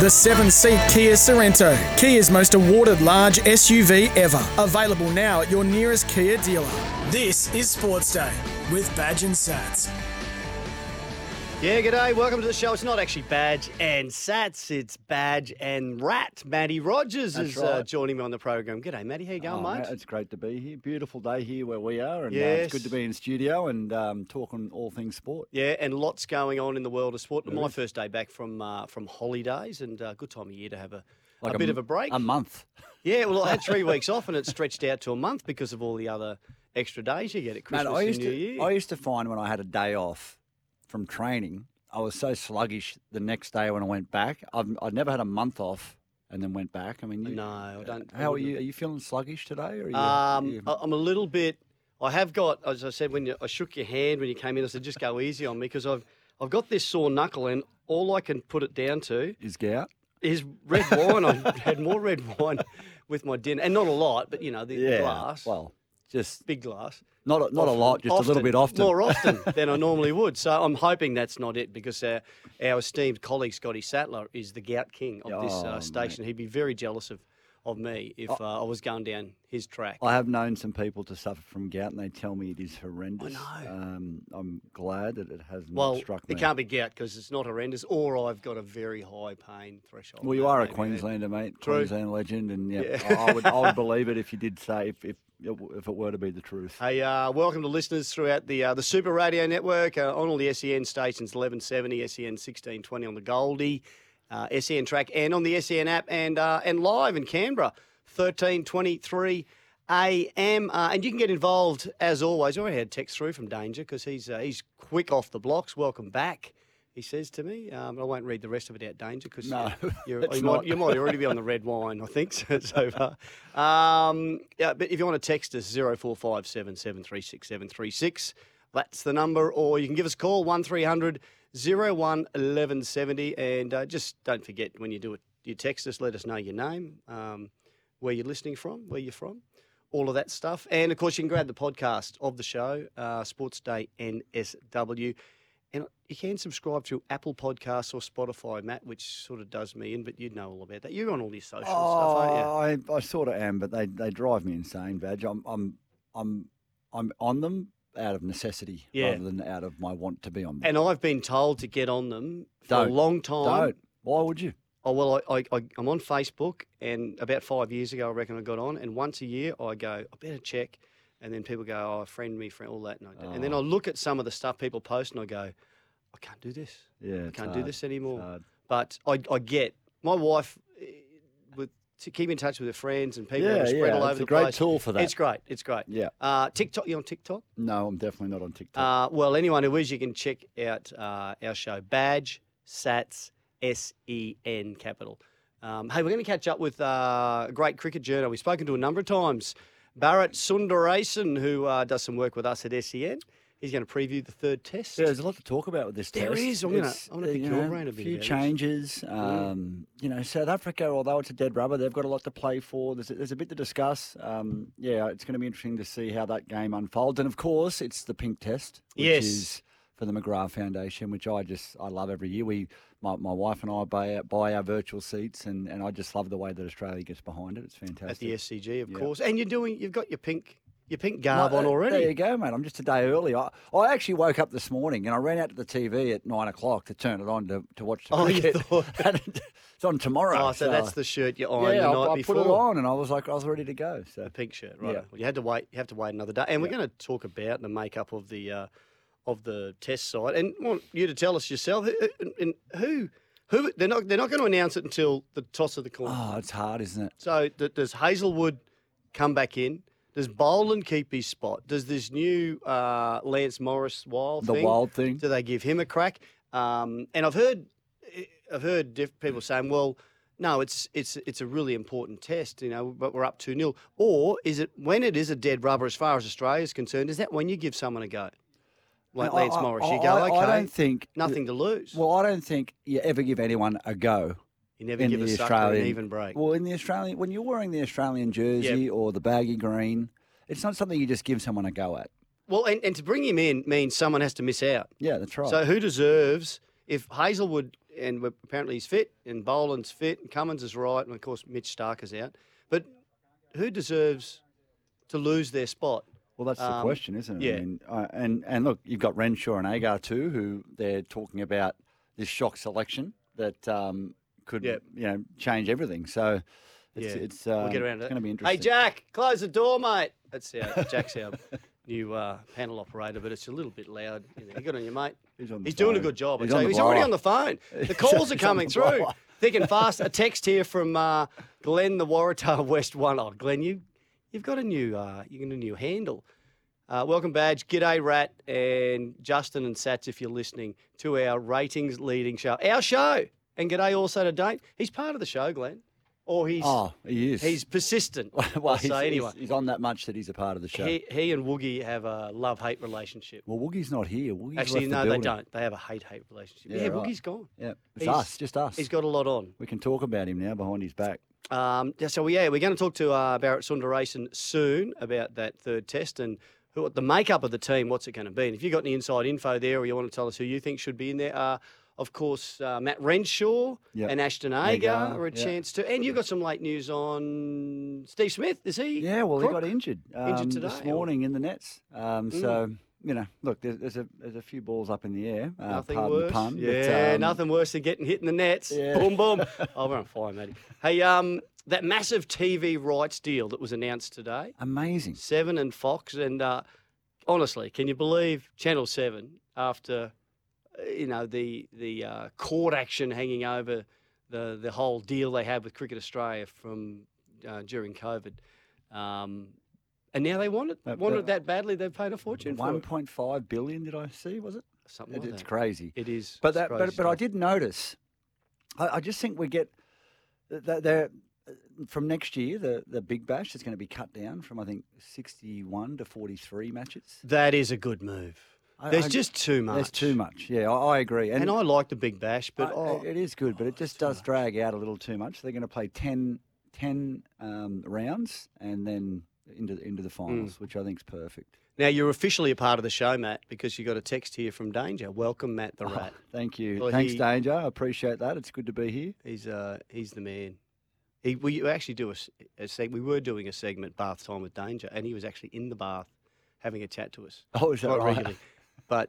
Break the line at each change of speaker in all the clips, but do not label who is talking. The seven seat Kia Sorrento, Kia's most awarded large SUV ever. Available now at your nearest Kia dealer. This is Sports Day with Badge and Sats.
Yeah, g'day. Welcome to the show. It's not actually Badge and Sats. It's Badge and Rat. Matty Rogers
That's
is uh,
right.
joining me on the program. G'day, Matty. How you going,
Oh,
mate?
mate, It's great to be here. Beautiful day here where we are, and uh, it's good to
Yes.
be in studio and um, talking all things sport.
Yeah, and lots going on in the world of sport.
There
My
is.
first day back from uh, from holidays, and uh, good time of year to have a,
Like
a, bit
m-
of a break.
a month.
Yeah, well, I had three weeks off, and it stretched out to a month because of all the other extra days you get at
Mate,
Christmas
I used
and New
to
Year.
I used to find when I had a day off from training, I was so sluggish the next day when I went back. I've I'd never had a month off and then went back. I mean, you, uh,
No, I don't- I
How are
wouldn't
you?
have-
Are you feeling sluggish today? Or are you,
Um,
you-
I- I'm a little bit. I have got, as I said, when you, I shook your hand when you came in, I said just go easy on me because I've I've got this sore knuckle, and all I can put it down to
is gout?
is red wine. I had more red wine with my dinner, and not a lot, but you know the, the glass,
Well, just
big glass.
not a, not a
Often-
lot, just a little bit often.
More often than I normally would. So I'm hoping that's not it because uh, our esteemed colleague Scotty Sattler is the gout king of this
Oh,
uh,
mate.
station. He'd be very jealous of, of me if uh, I was going down his track.
I have known some people to suffer from gout, and they tell me it is horrendous.
know.
Um, I'm glad that it has not
Well,
struck me.
it can't be gout because it's not horrendous, or I've got a very high pain threshold.
Well, you
mate,
are a
maybe that-
Queenslander, mate.
True.
Queensland legend, and yeah, I, I would, I would believe it if you did say if if, if it were to be the truth.
Hey, uh, welcome to listeners throughout the uh, the Super Radio Network uh, on all the SEN stations, 1170, SEN 1620 on the Goldie, uh, SEN track, and on the SEN app, and uh, and live in Canberra, 1323 AM. Uh, and you can get involved as always. I already had a text through from Danger because he's uh, he's quick off the blocks. Welcome back. He says to me, um, I won't read the rest of it out, Danger, because
No,
you
it's
might,
not.
you might already be on the red wine, I think, so, so far. Um, yeah, but if you want to text us, 0457 736 736, that's the number, or you can give us a call, 1300 01 1170. And uh, just don't forget when you do it, you text us, let us know your name, um, where you're listening from, where you're from, all of that stuff. And of course, you can grab the podcast of the show, uh, Sports Day NSW. And you can subscribe to Apple Podcasts or Spotify, Matt, which sort of does me in, but you'd know all about that. You're on all your social stuff, aren't you?
Oh, I, I sort of am, but they, they drive me insane, Badge. I'm I'm I'm I'm on them out of necessity
Yeah.
rather than out of my want to be on them.
And I've been told to get on them for
Don't.
a long time.
Don't. Why would you?
Oh well, I, I, I I'm on Facebook, and about five years ago, I reckon I got on, and once a year, I go, I better check, and then people go, oh, friend me, friend all that, and I do. and then I
Oh.
look at some of the stuff people post, and I go, I can't do this,
Yeah,
I
it's
can't do
hard.
this
It's
anymore.
hard.
But I, I get my wife eh, with to keep in touch with her friends and people
Yeah,
who are spread
yeah,
all over
it's
the
a great
place.
tool for that.
It's great. It's great.
Yeah.
Uh, TikTok. You on TikTok?
No, I'm definitely not on TikTok.
Uh, well, anyone who is, you can check out uh, our show, Badge Sats S E N capital. Um, hey, we're going to catch up with uh, a great cricket journal we've spoken to a number of times, Barrett Sundaresan, who uh, does some work with us at SEN. He's going to preview the third test.
Yeah, there's a lot to talk about with this
There
test.
is. I'm gonna-
It's,
I'm gonna
uh,
pick
you
your
know,
brain a bit
few
about this.
changes. Um, you know, South Africa, although it's a dead rubber, they've got a lot to play for. There's a, there's a bit to discuss. Um, yeah, it's going to be interesting to see how that game unfolds. And of course, it's the pink test, which
Yes.
is for the McGrath Foundation, which I just I love every year. We my, my wife and I buy, buy our virtual seats, and, and I just love the way that Australia gets behind it. It's fantastic.
at the SCG, of
Yeah.
course. And you're doing, you've got your pink, your pink garb
No,
on
uh,
already.
There you go, mate. I'm just a day early. I, I actually woke up this morning and I ran out to the TV at nine o'clock to turn it on to, to watch the
Oh, you
cricket.
thought-
And it- it's on tomorrow.
Oh, so, that's the shirt you're on
yeah,
the
I,
night
I
before.
put it on and I was like, I was ready to go. So
the pink shirt, right?
Yeah.
Well, you had to wait. You have to wait another day, and we're going to talk about the makeup of the uh, of the test side, and want you to tell us yourself who- and, and who who they're not they're not going to announce it until the toss of the coin.
oh, it's hard, isn't it?
So th- does Hazelwood come back in? Does Boland keep his spot? Does this new uh, Lance Morris Wild
The
thing?
wild thing.
Do they give him a crack? Um, and I've heard eh, I've heard diff- people saying, well, no, it's it's it's a really important test, you know, but we're up 2 0. Or is it when it is a dead rubber, as far as Australia is concerned, is that when you give someone a go? Like
I-
Lance
I-
Morris, you
I-
go,
I-
okay,
I don't think-
nothing to lose.
Well, I don't think you ever give anyone a go.
you never
in
give a
the
sucker
Australian
an even break.
Well, in the Australian, when you're wearing the Australian jersey or the baggy green, it's not something you just give someone a go at.
Well, and, and to bring him in means someone has to miss out.
Yeah, that's right.
So who deserves if Hazelwood and we're- apparently he's fit and Boland's fit and Cummins is right and of course Mitch Stark is out, but who deserves to lose their spot?
well, that's the
um,
question, isn't it?
yeah.
I mean, uh, and and look, you've got Renshaw and Agar too, who they're talking about this shock selection that um, could
Yep.
you know change everything. So it's
Yeah,
it's, um,
we'll get around to
it's
that.
going to be
Hey
interesting.
Jack, close the door, mate. That's our Jack's our new uh, panel operator, but it's a little bit loud. You know, you got on your mate.
He's on the
He's doing a
phone.
good job. I
He's
tell
on
you.
the
He's already
blower.
on the phone. The calls are
He's on
coming
the
through.
blower.
Thick and fast. A text here from uh, Glenn the Waratah West One. Oh, Glenn, you you've got a new uh, you got a new handle. Uh, welcome badge. G'day Rat and Justin and Sats if you're listening to our ratings leading show. Our show. And g'day also to Dane. He's part of the show, Glenn. Or he's
Oh, he is.
He's persistent.
well,
I'll
he's,
say
he's-
anyway.
he's on that much that he's a part of the show.
he, he and Woogie have a love hate relationship.
well, Woogie's not here. Woogie's
Actually,
left
no,
the
they
building.
don't. They have a hate hate relationship. Yeah,
Yeah, right.
Woogie's gone.
Yeah, it's
He's-
us, just us.
He's got a lot on.
We can talk about him now behind his back.
Um, yeah, so yeah, we're going to talk to uh, Barrett Sundaresan soon about that third test and who the makeup of the team. What's it going to be? And if you've got any inside info there, or you want to tell us who you think should be in there, uh, of course uh, Matt Renshaw
Yep.
and Ashton Agar
Agar,
are a
yeah.
chance to. And you've got some late news on Steve Smith. Is he?
Yeah, well,
crook?
he got injured, um,
today,
this
or- Hmm.
morning in the nets. Um, So you know, look, there's, there's a there's a few balls up in the air. Uh,
Nothing
pardon the
worse.
pun, but,
yeah,
um,
nothing worse than getting hit in the nets. Boom, boom. oh, we're on fire, Matty. Hey, um, that massive TV rights deal that was announced today,
Amazing.
Seven and Fox, and uh, honestly, can you believe Channel Seven after uh, you know the the uh, court action hanging over the the whole deal they had with Cricket Australia from uh, during COVID, um, and now they want it
That-
wanted
that-
that badly. They've paid a fortune for
One
it.
point five billion. Did I see? Was it?
Something
It-
like
it's
that.
crazy.
It is,
But
it's
that,
crazy
but, but I
stuff.
did notice. I, I just think we get that there from next year. The the Big Bash is going to be cut down from I think sixty one to forty three matches.
That is a good move.
I-
There's
I-
just too much.
There's too much. Yeah, I, I agree.
And, I like the Big Bash, but
I-
oh,
it is good, but it just does drag out a little too much. They're going to play 10, 10 um, rounds and then into into the
Mm.
finals, which I think is perfect.
now you're officially a part of the show, Matt, because you got a text here from Danger. Welcome, Matt
Oh.
the Rat.
Thank you.
Well,
Thanks,
he-
Danger. I appreciate that. It's good to be here.
He's uh, he's the man. He, we actually do a, s- a seg- We were doing a segment bath time with Danger, and he was actually in the bath having a chat to us
Oh, is that
quite
right?
regularly. But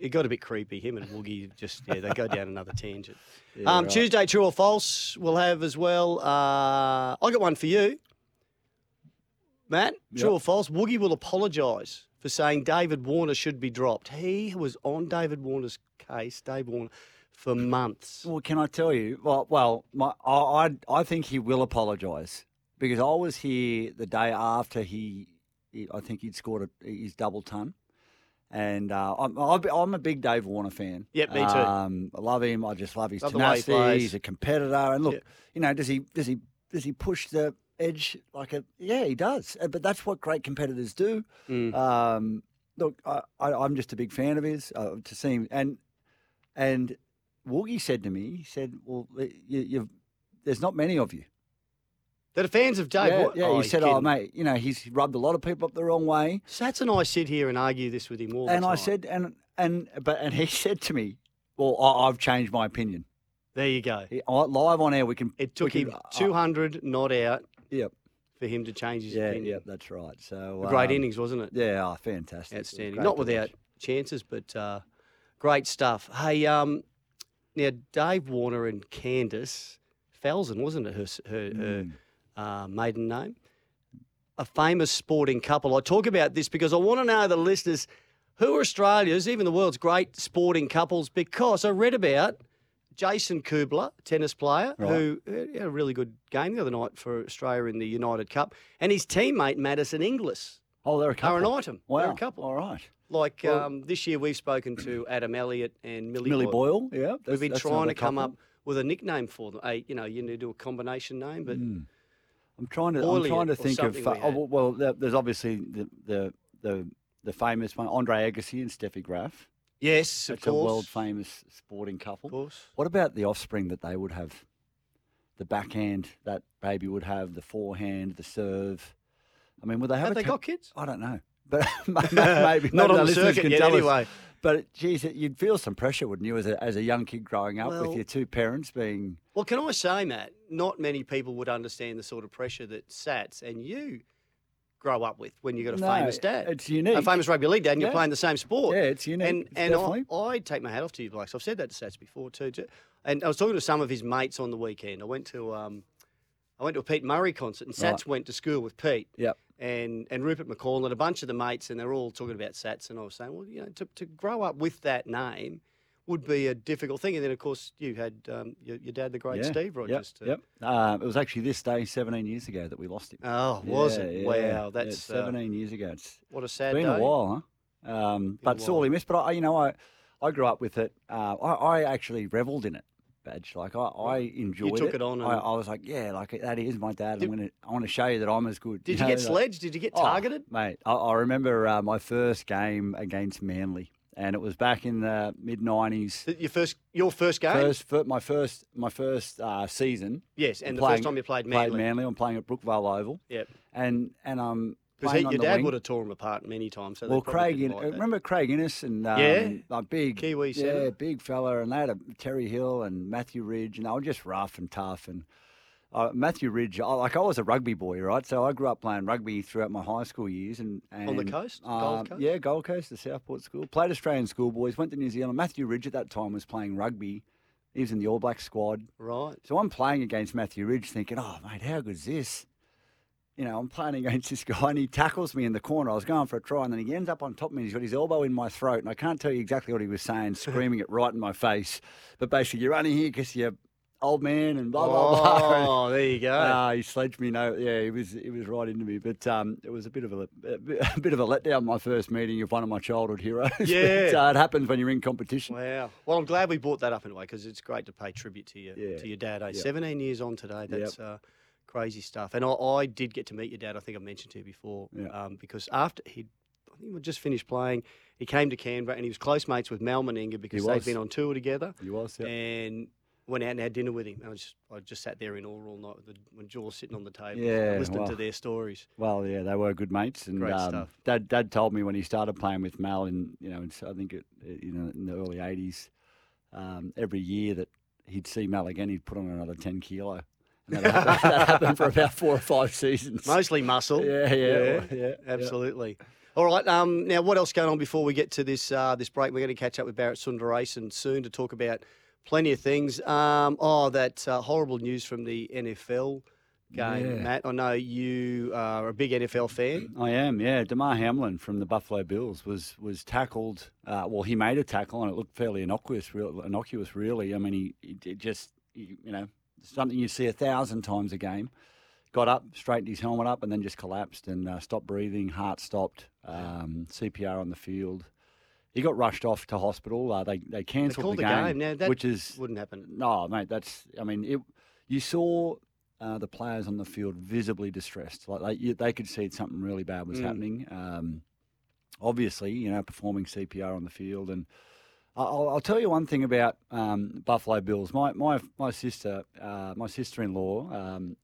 it got a bit creepy. Him and Woogie just yeah, they go down another tangent. um,
right.
Tuesday, true or false, we'll have as well. Uh, I got one for you, Matt. True
Yep.
or false? Woogie will apologise for saying David Warner should be dropped. He was on David Warner's case, Dave Warner, for months.
Well, can I tell you? Well, well, my, I, I I think he will apologise because I was here the day after he, he I think he'd scored a, his double ton, and uh, I'm I'll be- I'm a big Dave Warner fan.
Yep, me too.
Um, I love him. I just love his
Love the way he
tenacity.
plays.
He's a competitor, and look,
Yeah.
you know, does he does he does he push the edge like a? Yeah, he does. Uh, But that's what great competitors do.
Mm.
Um, look, I, I, I'm just a big fan of his. Uh, to see him and and Woogie said to me, he said, "Well, you, you've there's not many of you."
That are fans of Dave
yeah,
Warner.
yeah, he
you're
said, "Oh,
kidding.
mate, you know he's rubbed a lot of people up the wrong way."
Sats and I sit here and argue this with him all the
and
time.
I said, "And and but and he said to me, well, I, I've changed my opinion.
there you go.
He- I- live on air, we can.
It took
we can- uh,
him
I-
200 not out
Yep,
for him to change his
yeah,
opinion.
yep, that's right. So
A Great
um,
innings, wasn't it?
Yeah, oh, fantastic, It was
Outstanding.
great
Not
to watch.
without chances, but uh, great stuff. Hey, um, now Dave Warner and Candace Felsen, wasn't it her s- her,
Hmm.
her uh, maiden name? A famous sporting couple. I talk about this because I want to know the listeners who are Australia's, even the world's great sporting couples. Because I read about Jason Kubler, tennis player, who uh, had a really good game the other night for Australia in the United Cup, and his teammate Madison Inglis
Oh, they're a
are
couple.
an item.
Wow,
They're a couple.
All right,
Like
Well-
um, this year, we've spoken to Adam Elliott and Millie,
Millie
Boyle.
Boyle. Yeah,
We've been trying to come up with a nickname for them. A, you know, you need to do a combination name, but
Hmm. I'm trying to. I'm
Oily
trying to
or
think of.
something
fa-
we
oh,
had.
well, well, there- there's obviously the the the, the famous one, Andre Agassi and Steffi Graf.
yes, of
That's a world
course.
famous sporting couple.
Of course.
What about the offspring that they would have? The backhand that baby would have, the forehand, the serve. I mean, would they have?
Have
a
they
ta-
got kids?
I don't know, but ma- ma- maybe
Not
maybe
on the
listeners
circuit
can
yet,
tell us.
anyway.
But geez, you'd feel some pressure, wouldn't you, as a, as a young kid growing up
Well-
with your two parents being
Well, can I say, Matt? Not many people would understand the sort of pressure that Sats and you grow up with when you got a
No,
famous dad.
it's unique.
A famous rugby league dad, and you're
Yeah.
playing the same sport.
Yeah, it's unique,
And
it's
and
definitely.
I, I take my hat off to you, Blake. I've said that to Sats before too. too. And I was talking to some of his mates on the weekend. I went to um, I went to a Pete Murray concert, and Sats
Right.
went to school with Pete.
Yep.
And, and Rupert McCall and a bunch of the mates, and they're all talking about Sats. And I was saying, well, you know, to, to grow up with that name would be a difficult thing. And then, of course, you had um, your, your dad, the great
Yeah,
Steve
yep,
Rogers. to-
Yep. Uh, it was actually this day 17 years ago that we lost him.
Oh, was
Yeah,
it?
yeah, yeah,
Wow, that's uh,
17 years ago. It's
what a sad
been
day.
a while, huh? Um, but
while.
sorely missed. But I, you know, I, I grew up with it. Uh, I, I actually revelled in it, badge. Like I, I enjoyed
took it on
I,
and-
I was like, yeah, like that is my dad. I'm gonna, I want to show you that I'm as good.
Did you
know,
get
like-
sledged? Did you get
Oh,
targeted?
mate? I, I remember uh, my first game against Manly, and it was back in the mid '90s.
Th- Your first, your first game.
First, fir- my first, my first uh, season.
Yes, and the first time you played
Played
Manly.
Manly. I'm playing at Brookvale Oval.
Yep.
And and um,
Because
playing on
your
the
dad
wing.
would have torn him apart many times. So they
Well,
probably
Craig,
didn't
in, uh,
like that.
remember Craig Innes and um,
Yeah.
a big
Kiwi
yeah,
centre.
big fella, and they had a Terry Hill and Matthew Ridge, and they were just rough and tough. And uh, Matthew Ridge, I, like I was a rugby boy, right? So I grew up playing rugby throughout my high school years, and, and
On the coast? Gold
um,
Coast?
yeah, Gold Coast, the Southport School. Played Australian schoolboys, went to New Zealand. Matthew Ridge at that time was playing rugby. He was in the All Black squad.
Right.
So I'm playing against Matthew Ridge thinking, oh, mate, how good's this? You know, I'm playing against this guy and he tackles me in the corner. I was going for a try and then he ends up on top of me and he's got his elbow in my throat. And I can't tell you exactly what he was saying, screaming it right in my face. But basically, you're only here because you're old man and blah, blah, blah.
Oh, there you go.
Ah, he sledged me. No, yeah, he was he was right into me, but um, it was a bit of a, a bit of a letdown. My first meeting of one of my childhood heroes.
Yeah.
but, uh, it happens when you're in competition.
wow. Well, I'm glad we brought that up in a way because it's great to pay tribute to your
Yeah.
to your dad. Eh? 17 years on today. That's uh, crazy stuff. And I, I did get to meet your dad. I think I mentioned to you before.
Yeah.
Um, because after he, I think we just finished playing, he came to Canberra and he was close mates with Mal Meninga because
was.
they'd been on tour together.
He was, yeah.
and went out and had dinner with him. And I just I just sat there in awe all night with the when Jaw sitting on the table,
Yeah,
listening
well.
to their stories.
Well, yeah, they were good mates, and
Great
um,
stuff.
Dad Dad told me when he started playing with Mal in you know in, I think it, you know in the early '80s, um, every year that he'd see Mal again, he'd put on another ten kilo, and that happened, that happened for about four or five seasons.
Mostly muscle.
Yeah, yeah, yeah, yeah.
absolutely. All right. Um, now, what else going on before we get to this uh, this break? We're going to catch up with Barrett Sundaraisen soon to talk about plenty of things. Um, oh, that uh, horrible news from the NFL game,
Yeah.
Matt. I know you are a big NFL fan.
I am, yeah. Damar Hamlin from the Buffalo Bills was was tackled. Uh, well, he made a tackle, and it looked fairly innocuous. Real, innocuous, really. I mean, he, he did just he, you know something you see a thousand times a game. Got up, straightened his helmet up, and then just collapsed and uh, stopped breathing. Heart stopped. Um, CPR on the field. He got rushed off to hospital. Uh, they they
They
cancelled
called
the
the
game,
game. Now that
which is
wouldn't happen.
no, mate. That's. I mean, it, you saw uh, the players on the field visibly distressed. Like they, you, they could see something really bad was happening. Um, obviously, you know, performing CPR on the field, and I- I'll, I'll tell you one thing about um, Buffalo Bills. My my my sister, uh, my sister-in-law, um,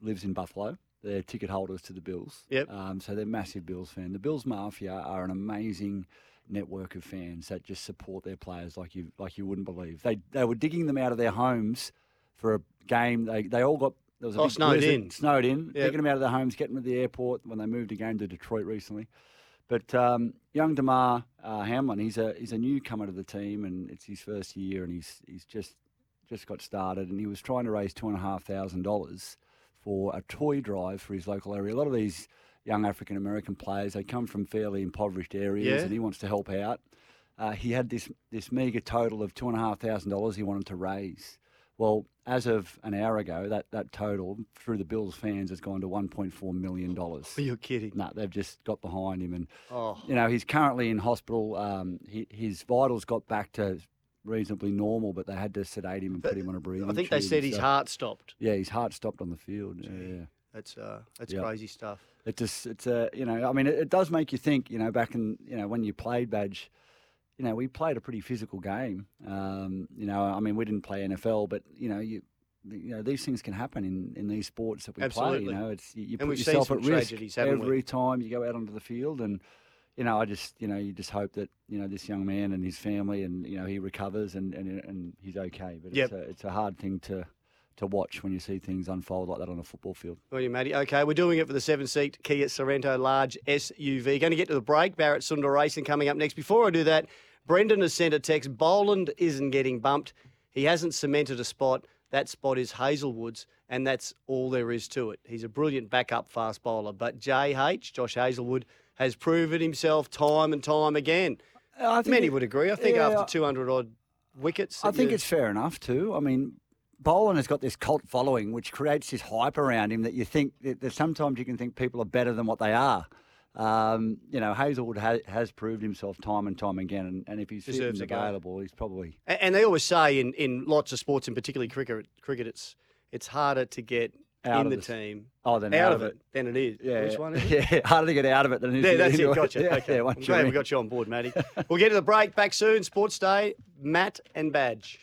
lives in Buffalo. They're ticket holders to the Bills.
Yep.
Um, so they're massive Bills fan. The Bills Mafia are an amazing network of fans that just support their players like you like you wouldn't believe. They they were digging them out of their homes for a game. They they all got there was a
Oh,
big
snowed
blizzard,
in.
snowed in,
Yep.
digging them out of their homes, getting them to the airport when they moved a game to Detroit recently. But um, young Demar uh, Hamlin, he's a he's a newcomer to the team, and it's his first year, and he's he's just just got started, and he was trying to raise two and a half thousand dollars for a toy drive for his local area. A lot of these young African American players, they come from fairly impoverished areas,
Yeah.
and he wants to help out. Uh, he had this this meager total of two and a half thousand dollars he wanted to raise. Well, as of an hour ago, that, that total through the Bills fans has gone to one point four million dollars.
You're kidding.
No, they've just got behind him, and
Oh.
you know he's currently in hospital. Um, he, his vitals got back to reasonably normal, but they had to sedate him and put him on a breathing.
I think they
tube
said
and
his
stuff.
heart stopped.
Yeah, his heart stopped on the field. Yeah, yeah.
That's uh, that's
Yeah.
crazy stuff.
It just, it's a, you know, I mean, it, it does make you think, you know, back in, you know, when you played badge, you know, we played a pretty physical game. Um, you know, I mean, we didn't play NFL, but you know, you, you know, these things can happen in, in these sports that we play.
Absolutely.
You know, it's you, you
And
put
we've seen
yourself
some
at risk
tragedies, haven't we?
every time you go out onto the field, and you know, I just, you know, you just hope that you know this young man and his family, and you know, he recovers and and, and he's okay. But
Yep.
it's, a, it's a hard thing to to watch when you see things unfold like that on a football field.
Well, you, Matty. Okay, we're doing it for the seven seat Kia Sorrento large SUV. Going to get to the break. Barrett Sundar Racing coming up next. Before I do that, Brendan has sent a text. Boland isn't getting bumped. He hasn't cemented a spot. That spot is Hazelwood's, and that's all there is to it. He's a brilliant backup fast bowler, but JH, Josh Hazelwood, has proven himself time and time again.
I
Many would agree. I think
yeah, I-
after 200 odd wickets.
I
that
think
you-
it's fair enough too. I mean, Bolan has got this cult following, which creates this hype around him that you think that, that sometimes you can think people are better than what they are. Um, you know, Hazelwood ha- has proved himself time and time again, and, and if he's fit
Deserves
and
a go.
available, he's probably
A- And they always say in, in lots of sports, and particularly cricket, cricket it's it's harder to get
Out
in
of
the
this-
team
oh, then
out, of it. than it is.
Yeah,
Which one is it?
yeah, harder to get out of it than it is
There,
to get
that's
into
it. Gotcha.
Yeah,
okay.
yeah,
I'm
once you're
glad we
in.
got you on board, Matty. we'll get to the break. Back soon. Sports Day. Matt and Badge.